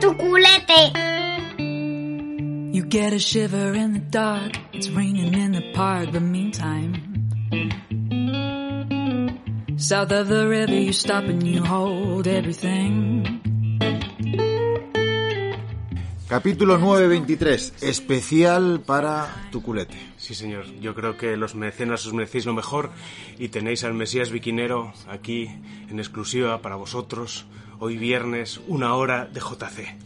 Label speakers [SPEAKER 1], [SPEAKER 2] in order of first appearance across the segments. [SPEAKER 1] tu culete.
[SPEAKER 2] You get a shiver in the dark, it's raining in the park, but meantime. South of the river, you stop and you hold everything.
[SPEAKER 3] Capítulo 923, especial para tu culete.
[SPEAKER 4] Sí, señor. Yo creo que los mecenas os merecéis lo mejor y tenéis al Mesías Viquinero aquí en exclusiva para vosotros. Hoy viernes, una hora de JC.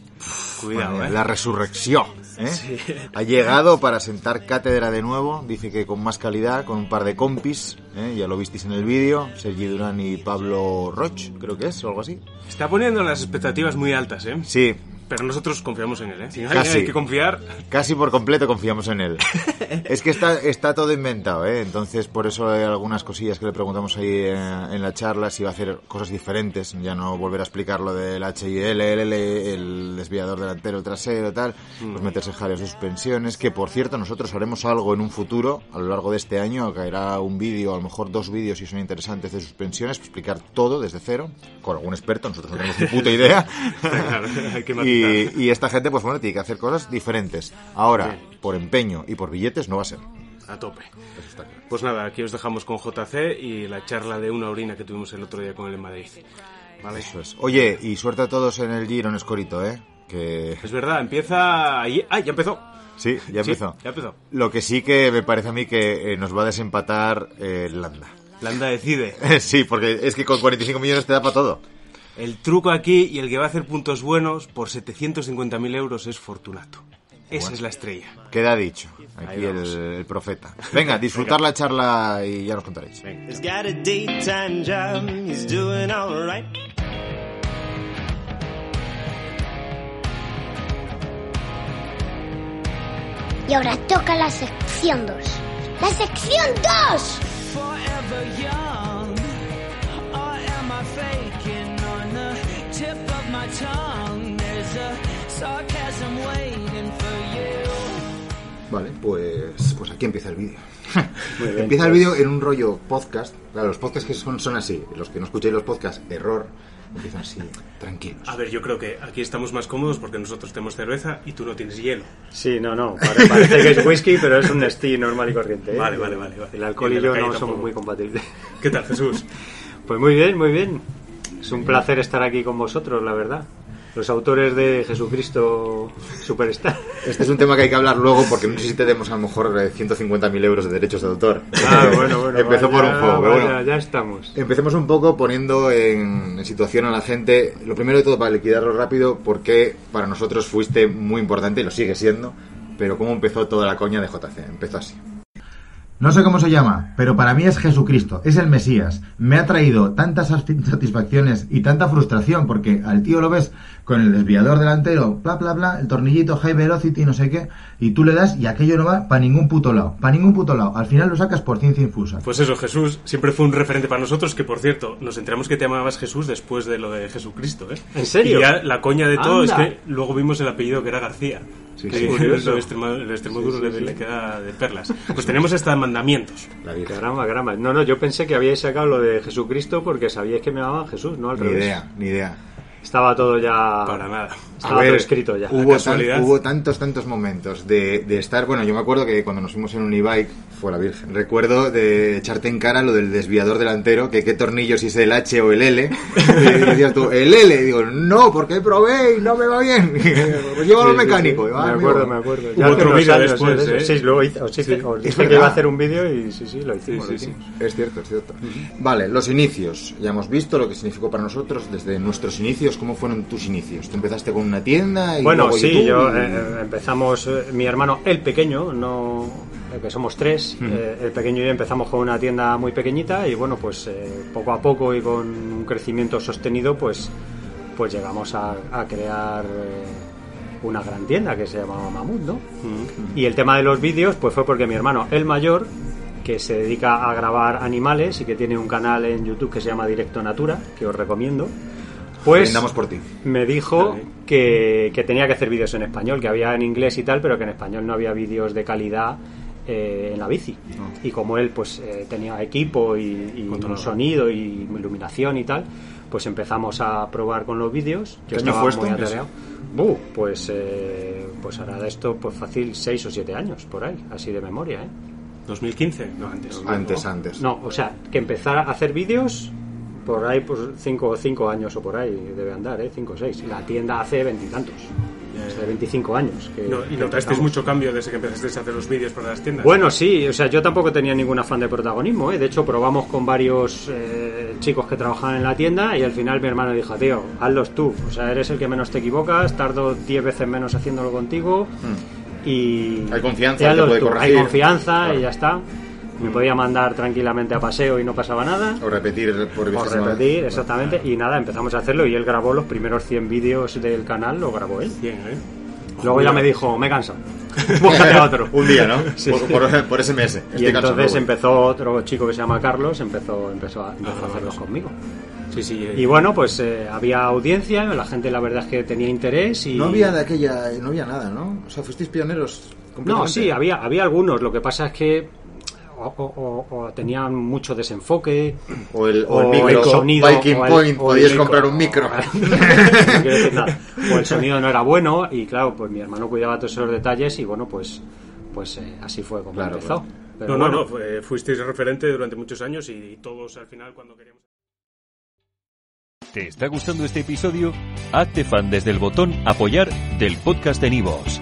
[SPEAKER 4] Cuidado,
[SPEAKER 3] Vale,
[SPEAKER 4] ¿eh?
[SPEAKER 3] La resurrección. ¿eh?
[SPEAKER 4] Sí.
[SPEAKER 3] Ha llegado para sentar cátedra de nuevo, dice que con más calidad, con un par de compis, ¿eh? ya lo visteis en el vídeo, Sergi Durán y Pablo Roch, creo que es, o algo así.
[SPEAKER 4] Está poniendo las expectativas muy altas, ¿eh?
[SPEAKER 3] Sí,
[SPEAKER 4] Pero nosotros confiamos en él, ¿eh? Si en
[SPEAKER 3] Casi.
[SPEAKER 4] alguien hay que confiar,
[SPEAKER 3] Casi por completo confiamos en él. Es que está, está todo inventado, ¿eh? Entonces, por eso hay algunas cosillas que le preguntamos ahí eh, en la charla, si va a hacer cosas diferentes, ya no volver a explicar lo del HIL, el, el desviador delantero, el trasero, tal,
[SPEAKER 4] Mm.
[SPEAKER 3] pues meterse jaleos suspensiones, que por cierto, nosotros haremos algo en un futuro, a lo largo de este año, caerá un vídeo, a lo mejor dos vídeos, si son interesantes, de suspensiones, explicar todo desde cero, con algún experto, nosotros no tenemos ni puta idea.
[SPEAKER 4] claro, hay que matizar.
[SPEAKER 3] Y, y esta gente, pues bueno, tiene que hacer cosas diferentes. Ahora, por empeño y por billetes no va a ser.
[SPEAKER 4] a tope. Pues nada, aquí os dejamos con JC y la charla de una orina que tuvimos el otro día con él en Madrid. Vale.
[SPEAKER 3] Eso es. Oye, y suerte a todos en el giro en Escorito, ¿eh? Que...
[SPEAKER 4] Es verdad, empieza... ahí- ¡Ah, ya empezó!
[SPEAKER 3] Sí, ya
[SPEAKER 4] Sí,
[SPEAKER 3] empezó.
[SPEAKER 4] ya empezó.
[SPEAKER 3] Lo que sí que me parece a mí que eh, nos va a desempatar eh, Landa.
[SPEAKER 4] Landa decide.
[SPEAKER 3] sí, porque es que con 45 millones te da para todo.
[SPEAKER 4] El truco aquí y el que va a hacer puntos buenos por 750.000 euros es Fortunato. Esa es la estrella.
[SPEAKER 3] Queda dicho. Aquí
[SPEAKER 4] Ahí vamos.
[SPEAKER 3] el, el profeta. Venga, disfrutar la charla y ya nos contaréis.
[SPEAKER 5] He's got a daytime job, he's doing alright.
[SPEAKER 1] Y ahora toca la sección 2. ¡La sección 2!
[SPEAKER 6] forever young? Or am I faking on the tip of my tongue? There's a sarcasm waiting for you.
[SPEAKER 3] Vale, pues, pues aquí empieza el vídeo. empieza
[SPEAKER 7] pues.
[SPEAKER 3] el vídeo en un rollo podcast. Claro, los podcasts que son, son así. Los que no escuchéis los podcasts, error, empiezan así, tranquilos.
[SPEAKER 4] A ver, yo creo que aquí estamos más cómodos porque nosotros tenemos cerveza y tú no tienes hielo.
[SPEAKER 7] Sí, no, no. pare- Parece que es whisky, pero es un Nestí normal y corriente. ¿eh?
[SPEAKER 4] Vale, vale, vale, vale.
[SPEAKER 7] El alcohol
[SPEAKER 4] Y
[SPEAKER 7] y
[SPEAKER 4] el de
[SPEAKER 7] yo
[SPEAKER 4] la
[SPEAKER 7] no
[SPEAKER 4] calle
[SPEAKER 7] somos
[SPEAKER 4] tampoco.
[SPEAKER 7] muy compatibles.
[SPEAKER 4] ¿Qué tal, Jesús?
[SPEAKER 7] Pues muy bien, muy bien. Es un placer estar aquí con vosotros, la verdad. Los autores de Jesucristo Superstar.
[SPEAKER 3] Este es un tema que hay que hablar luego porque no sé si tenemos a lo mejor eh, 150.000 euros de derechos de autor.
[SPEAKER 7] Ah, bueno, bueno.
[SPEAKER 3] Empezó por
[SPEAKER 7] vaya,
[SPEAKER 3] un juego, pero
[SPEAKER 7] vaya,
[SPEAKER 3] bueno.
[SPEAKER 7] Ya estamos.
[SPEAKER 3] Empecemos un poco poniendo en, en situación a la gente. Lo primero de todo, para liquidarlo rápido, porque para nosotros fuiste muy importante y lo sigue siendo. Pero cómo empezó toda la coña de JC. Empezó así. No sé cómo se llama, pero para mí es Jesucristo, es el Mesías. Me ha traído tantas satisfacciones y tanta frustración porque al tío lo ves con el desviador delantero, bla bla bla, el tornillito high velocity, no sé qué, y tú le das y aquello no va para ningún puto lado, para ningún puto lado. Al final lo sacas por ciencia infusa.
[SPEAKER 4] Pues eso, Jesús siempre fue un referente para nosotros, que por cierto, nos enteramos que te llamabas Jesús después de lo de Jesucristo, ¿eh?
[SPEAKER 7] ¿En serio?
[SPEAKER 4] Y ya la coña de todo
[SPEAKER 7] Anda.
[SPEAKER 4] es que luego vimos el apellido que era García.
[SPEAKER 3] Sí,
[SPEAKER 4] que
[SPEAKER 3] sí.
[SPEAKER 7] Curioso.
[SPEAKER 4] el extremo, el extremo duro le, le queda de perlas. Pues tenemos hasta mandamientos.
[SPEAKER 3] La Virgen.
[SPEAKER 7] Grama, grama. No, no, yo pensé que habíais sacado lo de Jesucristo porque sabíais que me llamaban Jesús, no al
[SPEAKER 3] Ni
[SPEAKER 7] revés.
[SPEAKER 3] idea, ni idea.
[SPEAKER 7] Estaba todo ya.
[SPEAKER 4] Para nada.
[SPEAKER 7] Estaba todo Ah, escrito ya.
[SPEAKER 3] Hubo,
[SPEAKER 4] La casualidad.
[SPEAKER 3] tan- hubo tantos, tantos momentos de, de estar. Bueno, yo me acuerdo que cuando nos fuimos en un e-bike, fue la Virgen. Recuerdo de echarte en cara lo del desviador delantero, que qué tornillo, si es el H o el L. Y decías tú, el L. Y digo, no, porque probé y no me va bien. pues llévalo al
[SPEAKER 7] Sí, sí,
[SPEAKER 3] mecánico.
[SPEAKER 7] sí.
[SPEAKER 3] Ah,
[SPEAKER 7] Me
[SPEAKER 3] amigo.
[SPEAKER 7] acuerdo, me acuerdo.
[SPEAKER 4] Hubo
[SPEAKER 7] hace
[SPEAKER 4] otro
[SPEAKER 7] unos
[SPEAKER 4] vídeo
[SPEAKER 7] años,
[SPEAKER 4] después,
[SPEAKER 7] de eso.
[SPEAKER 4] ¿eh?
[SPEAKER 7] Sí, luego hice- os hice- os
[SPEAKER 3] Es
[SPEAKER 7] dije que
[SPEAKER 3] verdad.
[SPEAKER 7] iba a hacer un vídeo y sí, sí, lo hicimos.
[SPEAKER 4] Sí,
[SPEAKER 7] lo
[SPEAKER 4] sí,
[SPEAKER 7] hicimos.
[SPEAKER 3] Es cierto, es cierto. Vale, los inicios. Ya hemos visto lo que significó para nosotros desde nuestros inicios. ¿Cómo fueron tus inicios? ¿Tú empezaste con una tienda? Y
[SPEAKER 7] Bueno,
[SPEAKER 3] luego
[SPEAKER 7] sí,
[SPEAKER 3] YouTube?
[SPEAKER 7] yo eh, empezamos, eh, mi hermano el pequeño, no eh, que somos tres, eh, el pequeño y yo empezamos con una tienda muy pequeñita y bueno, pues eh, poco a poco y con un crecimiento sostenido, pues, pues llegamos a, a crear eh, una gran tienda que se llamaba Mamut, ¿no? Y el tema de los vídeos, pues fue porque mi hermano, el mayor, que se dedica a grabar animales y que tiene un canal en YouTube que se llama Directo Natura, que os recomiendo, pues
[SPEAKER 3] Brindamos por ti.
[SPEAKER 7] me dijo que, que tenía que hacer vídeos en español, que había en inglés y tal, pero que en español no había vídeos de calidad eh, en la bici.
[SPEAKER 3] Ah.
[SPEAKER 7] Y como él pues eh, tenía equipo y, y un sonido y iluminación y tal, pues empezamos a probar con los vídeos.
[SPEAKER 3] ¿Qué año fue esto?
[SPEAKER 7] muy atareado. Uh, pues, eh, pues hará de esto pues fácil 6 o 7 años, por ahí, así de memoria, ¿eh?
[SPEAKER 4] 2015, no antes.
[SPEAKER 3] Antes,
[SPEAKER 4] No.
[SPEAKER 3] antes.
[SPEAKER 7] No, o sea, que empezar a hacer vídeos por ahí, pues 5 o 5 años o por ahí debe andar, ¿eh? 5 o 6. La tienda hace veintitantos, hace 25 años. Que,
[SPEAKER 4] No, y
[SPEAKER 7] que
[SPEAKER 4] notasteis
[SPEAKER 7] empezamos.
[SPEAKER 4] mucho cambio desde que empezasteis a hacer los vídeos para las tiendas.
[SPEAKER 7] Bueno, sí, o sea, yo tampoco tenía ningún afán de protagonismo, ¿eh? De hecho, probamos con varios eh, chicos que trabajaban en la tienda y al final mi hermano dijo, tío, hazlos tú. O sea, eres el que menos te equivocas, tardo 10 veces menos haciéndolo contigo y...
[SPEAKER 3] Hmm. Hay confianza,
[SPEAKER 7] y
[SPEAKER 3] te
[SPEAKER 7] hazlos
[SPEAKER 3] puede
[SPEAKER 7] tú. Hay
[SPEAKER 3] corregir.
[SPEAKER 7] confianza
[SPEAKER 3] Claro. Hmm.
[SPEAKER 7] y ya está. Me podía mandar tranquilamente a paseo y no pasaba nada.
[SPEAKER 3] O repetir el- por
[SPEAKER 7] Por
[SPEAKER 3] vigésima vez.
[SPEAKER 7] repetir, exactamente. Y nada, empezamos a hacerlo y él grabó los primeros 100 vídeos del canal, lo grabó él.
[SPEAKER 4] Bien, ¿eh?
[SPEAKER 7] Luego ya me dijo, me he cansado, búscate otro.
[SPEAKER 3] Un día, ¿no?
[SPEAKER 7] Sí.
[SPEAKER 3] Por, por, este por SMS.
[SPEAKER 7] Y
[SPEAKER 3] Estoy cansado,
[SPEAKER 7] entonces
[SPEAKER 3] voy.
[SPEAKER 7] empezó otro chico que se llama Carlos, empezó, empezó, a, empezó a
[SPEAKER 4] Ah,
[SPEAKER 7] hacerlos
[SPEAKER 4] sí.
[SPEAKER 7] conmigo.
[SPEAKER 4] Sí, sí. eh,
[SPEAKER 7] Y bueno, pues eh, había audiencia, la gente la verdad es que tenía interés y...
[SPEAKER 3] No había de aquella, no había nada, ¿no? O sea, fuisteis pioneros.
[SPEAKER 7] No,
[SPEAKER 3] completamente.
[SPEAKER 7] sí, había, había algunos, lo que pasa es que o, o- o- o tenían mucho desenfoque
[SPEAKER 3] O el, o el micro. Viking
[SPEAKER 7] o el-
[SPEAKER 3] Point,
[SPEAKER 7] o el
[SPEAKER 3] podías
[SPEAKER 7] micro.
[SPEAKER 3] comprar un micro.
[SPEAKER 7] No quiero decir nada. o el sonido no era bueno y claro pues mi hermano cuidaba todos esos detalles y bueno pues pues eh, así fue como
[SPEAKER 3] Claro,
[SPEAKER 7] empezó
[SPEAKER 3] claro.
[SPEAKER 7] Pero
[SPEAKER 4] No, no,
[SPEAKER 7] bueno,
[SPEAKER 4] no, fu- eh, fuisteis referente durante muchos años y todos al final cuando queríamos...
[SPEAKER 8] ¿Te está gustando este episodio? Hazte fan desde el botón Apoyar del podcast de Nivos.